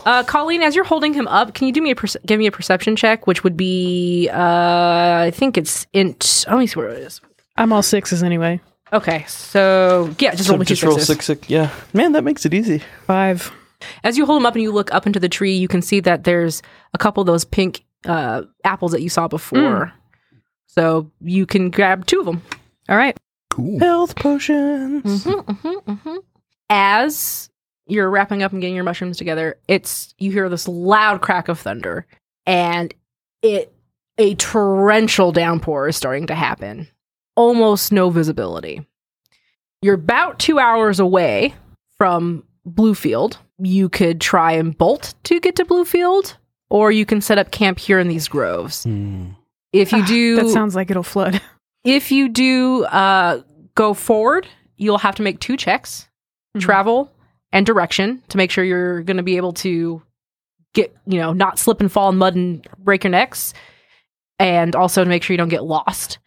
[SPEAKER 1] Uh, Colleen, as you're holding him up, can you do me a perce- give me a perception check, which would be uh, I think it's int. Oh, let me see where it is.
[SPEAKER 3] I'm all sixes anyway.
[SPEAKER 1] Okay, so yeah, just roll me two
[SPEAKER 6] Just roll
[SPEAKER 1] sixes.
[SPEAKER 6] six, six. Yeah, man, that makes it easy.
[SPEAKER 5] Mm-hmm.
[SPEAKER 3] Five.
[SPEAKER 1] As you hold him up and you look up into the tree, you can see that there's a couple of those pink uh, apples that you saw before. So you can grab two of them.
[SPEAKER 3] All right.
[SPEAKER 5] Cool.
[SPEAKER 6] Health potions.
[SPEAKER 1] Mm-hmm,
[SPEAKER 5] Mm-hmm.
[SPEAKER 1] As you're wrapping up and getting your mushrooms together, it's you hear this loud crack of thunder, and it a torrential downpour is starting to happen. Almost no visibility. You're about two hours away from Bluefield. You could try and bolt to get to Bluefield, or you can set up camp here in these groves.
[SPEAKER 2] Hmm.
[SPEAKER 1] If you do
[SPEAKER 3] Ah, That sounds like it'll flood.
[SPEAKER 1] if you do uh, go forward, you'll have to make two checks
[SPEAKER 3] Mhm.
[SPEAKER 1] travel and direction to make sure you're going to be able to get, you know, not slip and fall in mud and break your necks. And also to make sure you don't get lost.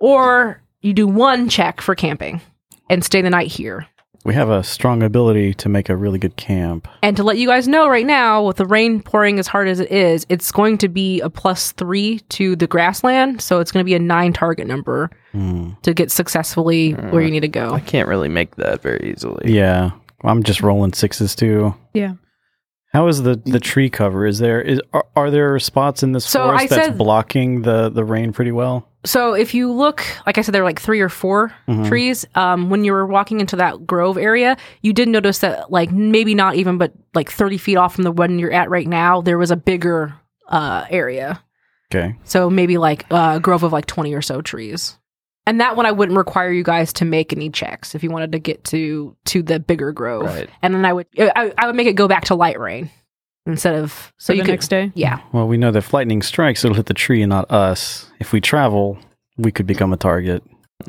[SPEAKER 1] Or you do one check for camping and stay the night here.
[SPEAKER 2] We have a strong ability to make a really good camp.
[SPEAKER 1] And to let you guys know right now, with the rain pouring as hard as it is, it's going to be a plus three to the grassland. So it's going to be a nine target number
[SPEAKER 2] Hmm.
[SPEAKER 1] to get successfully where you need to go.
[SPEAKER 6] I can't really make that very easily.
[SPEAKER 2] Yeah, I'm just rolling sixes too.
[SPEAKER 3] Yeah.
[SPEAKER 2] How is the the tree cover? Is there is are, are there spots in this
[SPEAKER 1] So
[SPEAKER 2] forest
[SPEAKER 1] I
[SPEAKER 2] that's
[SPEAKER 1] said-
[SPEAKER 2] blocking the the rain pretty well?
[SPEAKER 1] so if you look like i said there were like three or 4 trees um, when you were walking into that grove area you did notice that like maybe not even but like 30 feet off from the one you're at right now there was a bigger uh, area
[SPEAKER 2] Okay.
[SPEAKER 1] so maybe like a grove of like 20 or so trees and that one i wouldn't require you guys to make any checks if you wanted to get to to the bigger grove
[SPEAKER 6] Right.
[SPEAKER 1] and then i would I, I would make it go back to light rain instead of so
[SPEAKER 3] So
[SPEAKER 1] you
[SPEAKER 3] the
[SPEAKER 1] could
[SPEAKER 3] next day.
[SPEAKER 1] yeah
[SPEAKER 2] Well, we know that if lightning strikes, it'll hit the tree and not us. If we travel, we could become a target.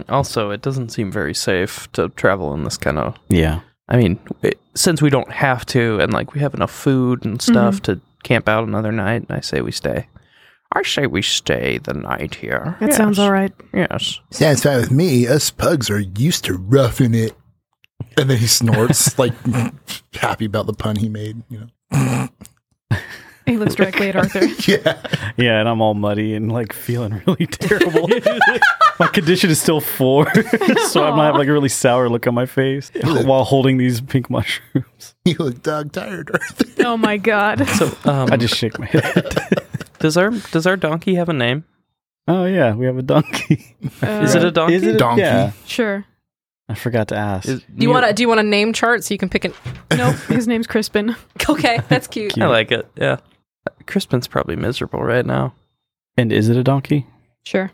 [SPEAKER 6] Also, it doesn't seem very safe to travel in this kind of.
[SPEAKER 2] Yeah.
[SPEAKER 6] I mean, it, since we don't have to, and like we have enough food and
[SPEAKER 1] Mm-hmm.
[SPEAKER 6] stuff to camp out another night, I say we stay. I say we stay the night here.
[SPEAKER 3] That sounds all right.
[SPEAKER 6] Yes.
[SPEAKER 5] Sounds fine with me. Us pugs are used to roughing it. And then he snorts, like happy about the pun he made. You know,
[SPEAKER 3] He looks directly at Arthur.
[SPEAKER 5] yeah.
[SPEAKER 2] Yeah, and I'm all muddy and like feeling really terrible. my condition is still four, so I'm gonna have like a really sour look on my face while holding these pink mushrooms.
[SPEAKER 5] You look dog tired, Arthur.
[SPEAKER 3] oh my god.
[SPEAKER 6] So, um,
[SPEAKER 2] I just shake my head.
[SPEAKER 6] does our does our donkey have a name?
[SPEAKER 2] oh yeah, we have a donkey.
[SPEAKER 6] Is it a donkey?
[SPEAKER 2] Is it a
[SPEAKER 5] Donkey.
[SPEAKER 2] Yeah,
[SPEAKER 3] Uh, Sure.
[SPEAKER 2] I forgot to ask.
[SPEAKER 6] Is-
[SPEAKER 1] do you want to do you want a name chart so you can pick an
[SPEAKER 3] Nope. His name's Crispin.
[SPEAKER 1] okay that's cute
[SPEAKER 6] I like it. Yeah. Crispin's probably miserable right now.
[SPEAKER 2] and is it a donkey?
[SPEAKER 3] Sure.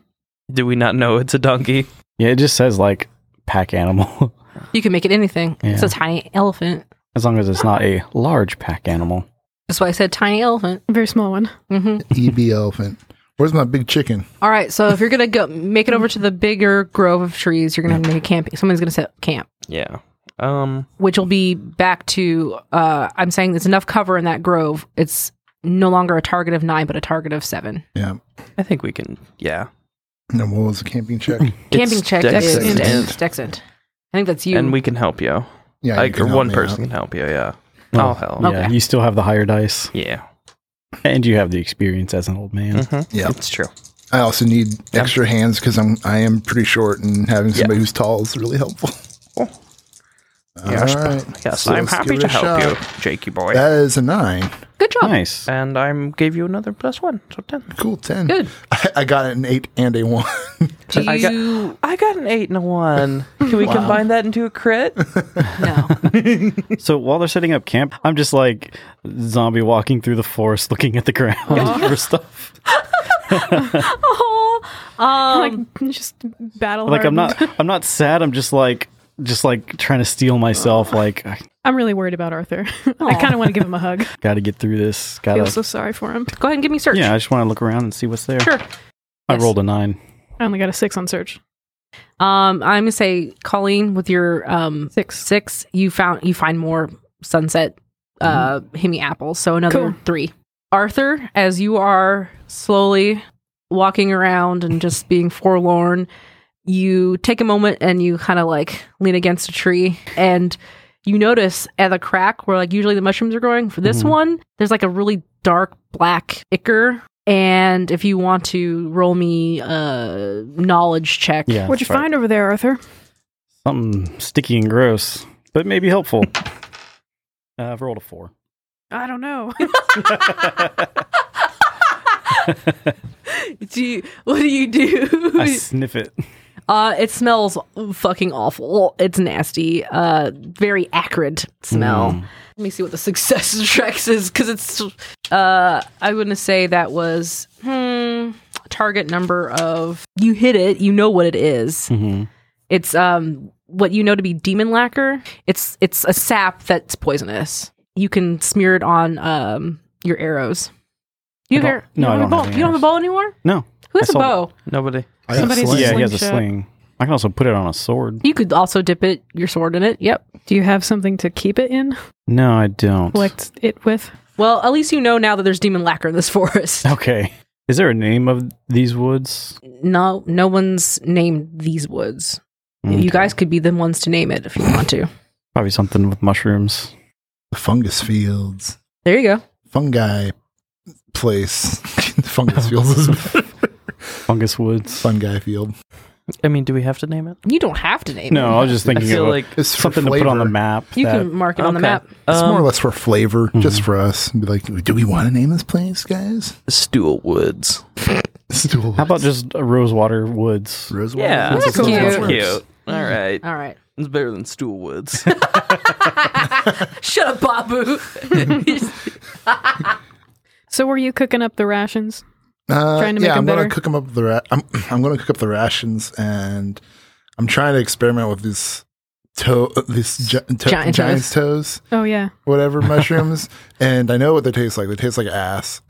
[SPEAKER 6] Do we not know it's a donkey?
[SPEAKER 2] Yeah, it just says like pack animal,
[SPEAKER 1] You can make it anything. It's
[SPEAKER 2] Yeah.
[SPEAKER 1] a tiny elephant.
[SPEAKER 2] as long as it's not a large pack animal.
[SPEAKER 1] That's why I said tiny elephant.
[SPEAKER 3] Very small one.
[SPEAKER 1] hmm
[SPEAKER 5] EB elephant. Where's my big chicken?
[SPEAKER 1] All right, so if you're gonna go make it over to the bigger grove of trees, you're gonna have to make a camp. Someone's gonna set up camp,
[SPEAKER 6] Yeah. Um.
[SPEAKER 1] which will be back to. Uh, I'm saying there's enough cover in that grove. It's no longer a target of nine, but a target of seven.
[SPEAKER 5] Yeah.
[SPEAKER 6] I think we can. Yeah.
[SPEAKER 5] And then what was the camping check?
[SPEAKER 1] Camping
[SPEAKER 6] It's
[SPEAKER 1] check is
[SPEAKER 6] Dexent.
[SPEAKER 1] Dexent. Dexent. I think that's you.
[SPEAKER 6] And we can help you.
[SPEAKER 5] Yeah, you
[SPEAKER 6] like,
[SPEAKER 5] can
[SPEAKER 6] or
[SPEAKER 5] help
[SPEAKER 6] one
[SPEAKER 5] me
[SPEAKER 6] person
[SPEAKER 5] out.
[SPEAKER 6] can help you. Yeah.
[SPEAKER 2] Oh,
[SPEAKER 6] I'll help.
[SPEAKER 2] Yeah,
[SPEAKER 1] Okay.
[SPEAKER 2] you still have the higher dice,
[SPEAKER 6] Yeah.
[SPEAKER 2] and you have the experience as an old man.
[SPEAKER 6] Mm-hmm.
[SPEAKER 5] Yeah,
[SPEAKER 6] It's true.
[SPEAKER 5] I also need extra hands because I'm I am pretty short, and having somebody who's tall is really helpful.
[SPEAKER 6] Yes,
[SPEAKER 5] All right.
[SPEAKER 6] Yes,
[SPEAKER 5] So
[SPEAKER 6] I'm
[SPEAKER 5] let's
[SPEAKER 6] happy
[SPEAKER 5] give
[SPEAKER 6] to
[SPEAKER 5] it a
[SPEAKER 6] help you,
[SPEAKER 5] shot.
[SPEAKER 6] Jakey boy.
[SPEAKER 5] That is a nine.
[SPEAKER 1] Good job.
[SPEAKER 2] Nice.
[SPEAKER 6] and I'm gave you another plus one, so ten.
[SPEAKER 5] Cool, ten.
[SPEAKER 1] Good.
[SPEAKER 5] I, I got an eight and a one.
[SPEAKER 1] Do
[SPEAKER 6] I got-
[SPEAKER 1] you
[SPEAKER 6] I got an eight and a one. Can we combine that into a crit?
[SPEAKER 1] no?
[SPEAKER 2] So while they're setting up camp, I'm just like zombie walking through the forest, looking at the ground for stuff.
[SPEAKER 1] oh, um,
[SPEAKER 3] like just battle.
[SPEAKER 2] Like I'm not, I'm not sad. I'm just like, just like trying to steal myself. Like I
[SPEAKER 3] I'm really worried about Arthur. I kind of want to give him a hug.
[SPEAKER 2] got to get through this. Got
[SPEAKER 3] Feel so
[SPEAKER 2] to.
[SPEAKER 3] sorry for him.
[SPEAKER 1] go ahead and give me search.
[SPEAKER 2] Yeah, I just want to look around and see what's there.
[SPEAKER 1] Sure.
[SPEAKER 2] I
[SPEAKER 1] Yes.
[SPEAKER 2] rolled a nine.
[SPEAKER 3] I only got a six on search.
[SPEAKER 1] Um, I'm gonna say Colleen with your um
[SPEAKER 3] Six.
[SPEAKER 1] six. You found you find more sunset uh
[SPEAKER 2] Mm-hmm.
[SPEAKER 1] hemi apples, so another
[SPEAKER 3] Cool.
[SPEAKER 1] three. Arthur, as you are slowly walking around and just being forlorn, you take a moment and you kind of like lean against a tree and you notice at the crack where like usually the mushrooms are growing for this
[SPEAKER 2] Mhm.
[SPEAKER 1] one there's like a really dark black ichor and if you want to roll me a knowledge check
[SPEAKER 2] Yeah.
[SPEAKER 3] What'd you
[SPEAKER 2] that's right.
[SPEAKER 3] find over there, Arthur?
[SPEAKER 2] Something sticky and gross, but maybe helpful. uh, I've rolled a four.
[SPEAKER 3] I don't know.
[SPEAKER 1] do you, what do you do?
[SPEAKER 2] I sniff it.
[SPEAKER 1] Uh, it smells fucking awful. It's nasty. Uh, very acrid smell.
[SPEAKER 2] Mm.
[SPEAKER 1] Let me see what the success tracks is because it's. Uh, I'm gonna say that was. Hmm, target number of you hit it, you know what it is.
[SPEAKER 2] Mm-hmm.
[SPEAKER 1] It's um what you know to be demon lacquer. It's it's a sap that's poisonous. You can smear it on um your arrows. You have
[SPEAKER 2] don't-
[SPEAKER 1] your, you
[SPEAKER 2] no, I
[SPEAKER 1] have a
[SPEAKER 2] don't have
[SPEAKER 1] bow.
[SPEAKER 2] any
[SPEAKER 1] You don't have a bow anymore?
[SPEAKER 2] No.
[SPEAKER 1] Who has a
[SPEAKER 2] I sold it.
[SPEAKER 1] bow?
[SPEAKER 6] Nobody.
[SPEAKER 5] I got
[SPEAKER 3] Somebody's-
[SPEAKER 5] sling.
[SPEAKER 2] Yeah, he has a
[SPEAKER 3] Slingshot.
[SPEAKER 2] sling. I can also put it on a sword.
[SPEAKER 1] You could also dip it your sword in it. Yep.
[SPEAKER 3] Do you have something to keep it in?
[SPEAKER 2] No, I don't.
[SPEAKER 3] Collect it with?
[SPEAKER 1] Well, at least you know now that there's demon lacquer in this forest.
[SPEAKER 2] Okay. Is there a name of these woods?
[SPEAKER 1] No, no one's named these woods.
[SPEAKER 2] Okay.
[SPEAKER 1] You guys could be the ones to name it if you want to.
[SPEAKER 2] Probably something with mushrooms.
[SPEAKER 5] The fungus fields,
[SPEAKER 1] There you go.
[SPEAKER 5] fungi place. fungus fields is
[SPEAKER 2] Fungus woods.
[SPEAKER 5] fungi field.
[SPEAKER 6] I mean, do we have to name it?
[SPEAKER 1] You don't have to name it.
[SPEAKER 2] No, I was just
[SPEAKER 6] I
[SPEAKER 2] thinking
[SPEAKER 6] feel
[SPEAKER 2] of
[SPEAKER 6] like
[SPEAKER 5] It's for
[SPEAKER 2] something to put on the
[SPEAKER 5] flavor.
[SPEAKER 2] map.
[SPEAKER 1] You
[SPEAKER 2] that-
[SPEAKER 1] can mark it on the
[SPEAKER 6] Okay.
[SPEAKER 1] map.
[SPEAKER 5] It's
[SPEAKER 6] um,
[SPEAKER 5] more or less for flavor, just for us. Be like, do we want to name this place, guys?
[SPEAKER 6] Stuart Woods.
[SPEAKER 5] Stool.
[SPEAKER 2] How about just a Rosewater Woods?
[SPEAKER 5] Rosewater?
[SPEAKER 6] Yeah,
[SPEAKER 5] That's
[SPEAKER 1] that's cute.
[SPEAKER 5] That's
[SPEAKER 1] That's
[SPEAKER 6] cute. All right,
[SPEAKER 1] All right.
[SPEAKER 6] it's better than Stuart Woods.
[SPEAKER 7] Shut up, Babu.
[SPEAKER 3] So were you cooking up the rations?
[SPEAKER 5] Uh,
[SPEAKER 3] Trying to
[SPEAKER 5] yeah,
[SPEAKER 3] make 'em
[SPEAKER 5] I'm gonna
[SPEAKER 3] better.
[SPEAKER 5] cook them up the. Ra- I'm I'm gonna cook up the rations, and I'm trying to experiment with these toe, uh, these gi- to-
[SPEAKER 1] Giant
[SPEAKER 5] giant's toes,
[SPEAKER 3] Oh yeah.
[SPEAKER 5] whatever mushrooms, and I know what they taste like. They taste like ass,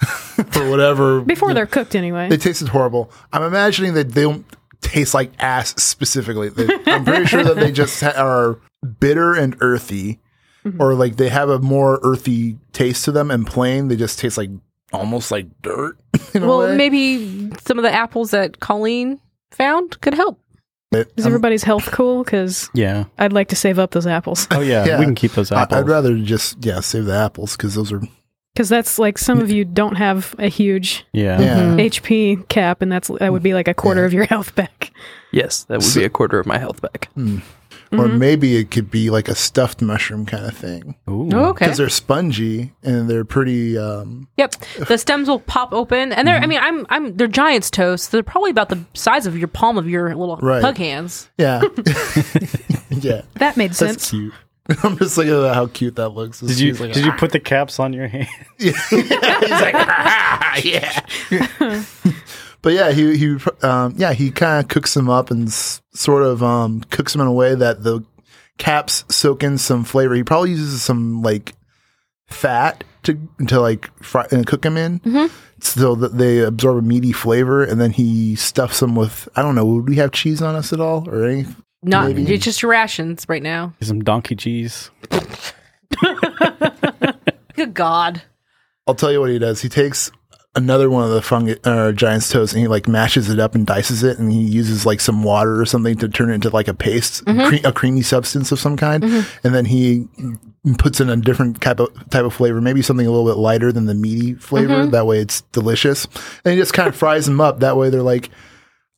[SPEAKER 5] for whatever.
[SPEAKER 3] Before they're cooked anyway.
[SPEAKER 5] they tasted horrible. I'm imagining that they don't taste like ass specifically. They, I'm pretty sure that they just ha- are bitter and earthy,
[SPEAKER 3] Mm-hmm.
[SPEAKER 5] or like they have a more earthy taste to them. And plain, they just taste like almost like dirt. In a
[SPEAKER 1] Well,
[SPEAKER 5] way.
[SPEAKER 1] maybe some of the apples that Colleen found could help.
[SPEAKER 5] It-
[SPEAKER 3] Is
[SPEAKER 5] I'm-
[SPEAKER 3] everybody's health cool? Because
[SPEAKER 2] Yeah.
[SPEAKER 3] I'd like to save up those apples.
[SPEAKER 2] Oh yeah,
[SPEAKER 5] Yeah.
[SPEAKER 2] we can keep those
[SPEAKER 5] I-
[SPEAKER 2] apples.
[SPEAKER 5] I'd rather just yeah save the apples because those are
[SPEAKER 3] Because that's like some of you don't have a huge
[SPEAKER 2] yeah.
[SPEAKER 5] yeah.
[SPEAKER 3] HP cap, and that's that would be like a quarter of your health back.
[SPEAKER 6] yes, that would be a quarter of my health back.
[SPEAKER 5] Or maybe it could be like a stuffed mushroom kind of thing
[SPEAKER 2] Ooh.
[SPEAKER 1] Oh, Okay.
[SPEAKER 5] because they're spongy and they're pretty. Um,
[SPEAKER 1] Yep. The stems will pop open, and
[SPEAKER 2] Mm-hmm.
[SPEAKER 1] they're. I mean, I'm. I'm. They're giant's toes. So they're probably about the size of your palm of your little
[SPEAKER 5] Right.
[SPEAKER 1] pug hands.
[SPEAKER 5] yeah, yeah,
[SPEAKER 3] That made
[SPEAKER 5] that's
[SPEAKER 3] sense.
[SPEAKER 5] cute. I'm just thinking about how cute that looks.
[SPEAKER 2] Did you did you put the caps on your hand?
[SPEAKER 5] But yeah, he he um, yeah he kind of cooks them up and s- sort of um, cooks them in a way that the caps soak in some flavor. He probably uses some like fat to to like fry and cook them in, so that they absorb a meaty flavor. And then he stuffs them with I don't know. Would we have cheese on us at all or any?
[SPEAKER 1] Not. It's just your rations right now.
[SPEAKER 2] Some donkey cheese.
[SPEAKER 1] Good God.
[SPEAKER 5] I'll tell you what he does. He takes another one of the fungi or giant's toes and he like mashes it up and dices it and he uses like some water or something to turn it into like a paste,
[SPEAKER 1] Mm-hmm.
[SPEAKER 5] cre- a creamy substance of some kind. And then he puts in a different type of type of flavor, maybe something a little bit lighter than the meaty flavor.
[SPEAKER 1] Mm-hmm.
[SPEAKER 5] That way it's delicious. And he just kind of fries them up. That way they're like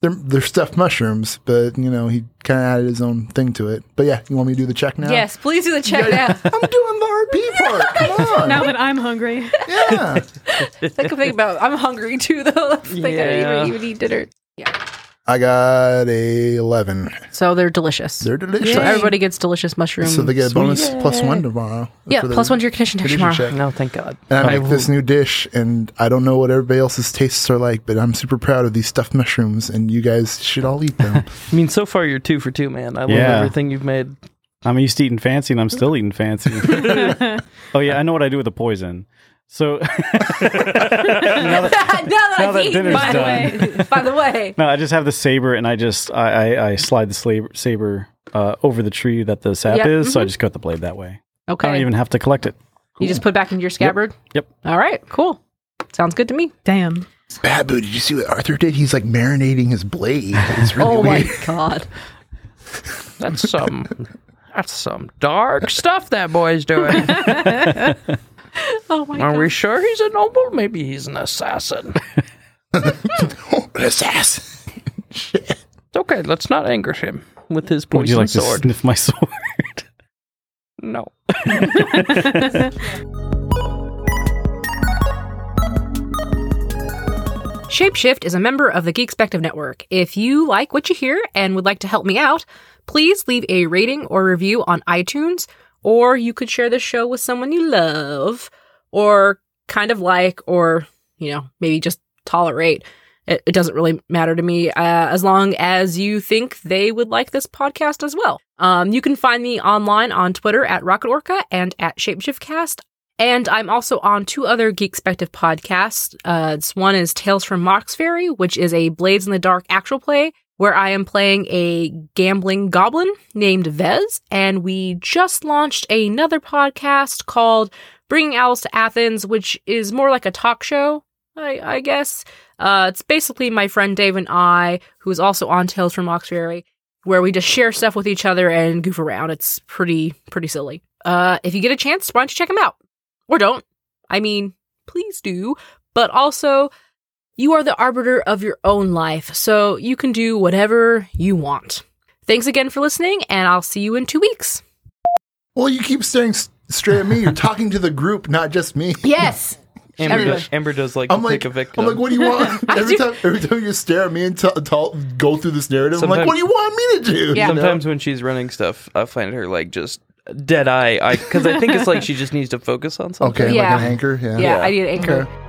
[SPEAKER 5] they're they're stuffed mushrooms, but you know, he kind of added his own thing to it. But yeah, you want me to do the check now?
[SPEAKER 1] Yes. Please do the check now.
[SPEAKER 5] I'm doing the RP part. Come on.
[SPEAKER 3] Now that I'm hungry,
[SPEAKER 5] Yeah.
[SPEAKER 1] Think think about. I'm hungry too, though. Let's think I
[SPEAKER 6] Yeah.
[SPEAKER 1] didn't even eat dinner.
[SPEAKER 5] I got a 11.
[SPEAKER 1] So they're delicious.
[SPEAKER 5] They're delicious.
[SPEAKER 1] so everybody gets delicious mushrooms.
[SPEAKER 5] So they get a bonus plus one tomorrow.
[SPEAKER 1] yeah.
[SPEAKER 5] for their
[SPEAKER 1] Plus one to your condition check
[SPEAKER 5] condition
[SPEAKER 1] tomorrow.
[SPEAKER 5] check.
[SPEAKER 6] No, thank God.
[SPEAKER 5] And I make this new dish, and I don't know what everybody else's tastes are like, but I'm super proud of these stuffed mushrooms, and you guys should all eat them.
[SPEAKER 6] I mean, so far you're two for two, man. I love
[SPEAKER 2] Yeah.
[SPEAKER 6] everything you've made.
[SPEAKER 2] I'm used to eating fancy and I'm still eating fancy. oh yeah, I know what I do with the poison. So
[SPEAKER 7] now that
[SPEAKER 2] Now
[SPEAKER 7] I've
[SPEAKER 2] that
[SPEAKER 7] eaten,
[SPEAKER 2] dinner's
[SPEAKER 7] by the way. By the way.
[SPEAKER 2] no, I just have the saber and I just I I, I slide the slab- saber uh, over the tree that the sap
[SPEAKER 1] Yeah, Mm-hmm.
[SPEAKER 2] is, so I just cut the blade that way. I don't
[SPEAKER 1] Okay.
[SPEAKER 2] even have to collect it.
[SPEAKER 1] You just put it back into your scabbard.
[SPEAKER 2] Yep.
[SPEAKER 1] All right. Cool. Sounds good to me.
[SPEAKER 3] damn.
[SPEAKER 5] Babu, did you see what Arthur did? He's like marinating his blade. It's really
[SPEAKER 1] Oh
[SPEAKER 5] weird.
[SPEAKER 1] my god.
[SPEAKER 6] That's some. that's some dark stuff that boy's doing.
[SPEAKER 1] Oh my
[SPEAKER 6] Are we sure he's a noble? Maybe he's an assassin.
[SPEAKER 5] Assassin.
[SPEAKER 6] It's okay. Let's not anger him with his
[SPEAKER 2] Would you
[SPEAKER 6] poison
[SPEAKER 2] like
[SPEAKER 6] sword.
[SPEAKER 2] to sniff my sword?
[SPEAKER 6] No.
[SPEAKER 1] Shapeshift is a member of the Geekspective Network. If you like what you hear and would like to help me out, please leave a rating or review on iTunes, or you could share this show with someone you love, or kind of like, or, you know, maybe just tolerate. It, it doesn't really matter to me uh, as long as you think they would like this podcast as well. Um, you can find me online on Twitter at Rocket Orca and at ShapeshiftCast. And I'm also on two other Geekspective podcasts. Uh, this one is Tales from Moxferry, which is a Blades in the Dark actual play where I am playing a gambling goblin named Vez. And we just launched another podcast called Bringing Owls to Athens, which is more like a talk show, I, I guess. Uh, it's basically my friend Dave and I, who's also on Tales from Moxferry, where we just share stuff with each other and goof around. It's pretty, pretty silly. Uh, if you get a chance, why don't you check them out? Or don't. I mean, please do. But also, you are the arbiter of your own life, so you can do whatever you want. Thanks again for listening, and I'll see you in two weeks.
[SPEAKER 5] Well, you keep staring s- straight at me. You're talking to the group, not just me.
[SPEAKER 1] Yes.
[SPEAKER 6] Amber,
[SPEAKER 1] Everybody.
[SPEAKER 6] does, Amber does like
[SPEAKER 5] I'm
[SPEAKER 6] to
[SPEAKER 5] like,
[SPEAKER 6] take a victim.
[SPEAKER 5] I'm like, what do you want? every
[SPEAKER 1] do-
[SPEAKER 5] time, every time you stare at me and t- t- go through this narrative, I'm like,
[SPEAKER 6] Sometimes-
[SPEAKER 5] what do you want me to do?
[SPEAKER 1] Yeah.
[SPEAKER 5] You know?
[SPEAKER 6] Sometimes when she's running stuff, I find her like just dead eye. I because I think it's like she just needs to focus on something.
[SPEAKER 5] Okay, like
[SPEAKER 1] Yeah.
[SPEAKER 5] an anchor.
[SPEAKER 1] yeah, I need an anchor.
[SPEAKER 5] Okay.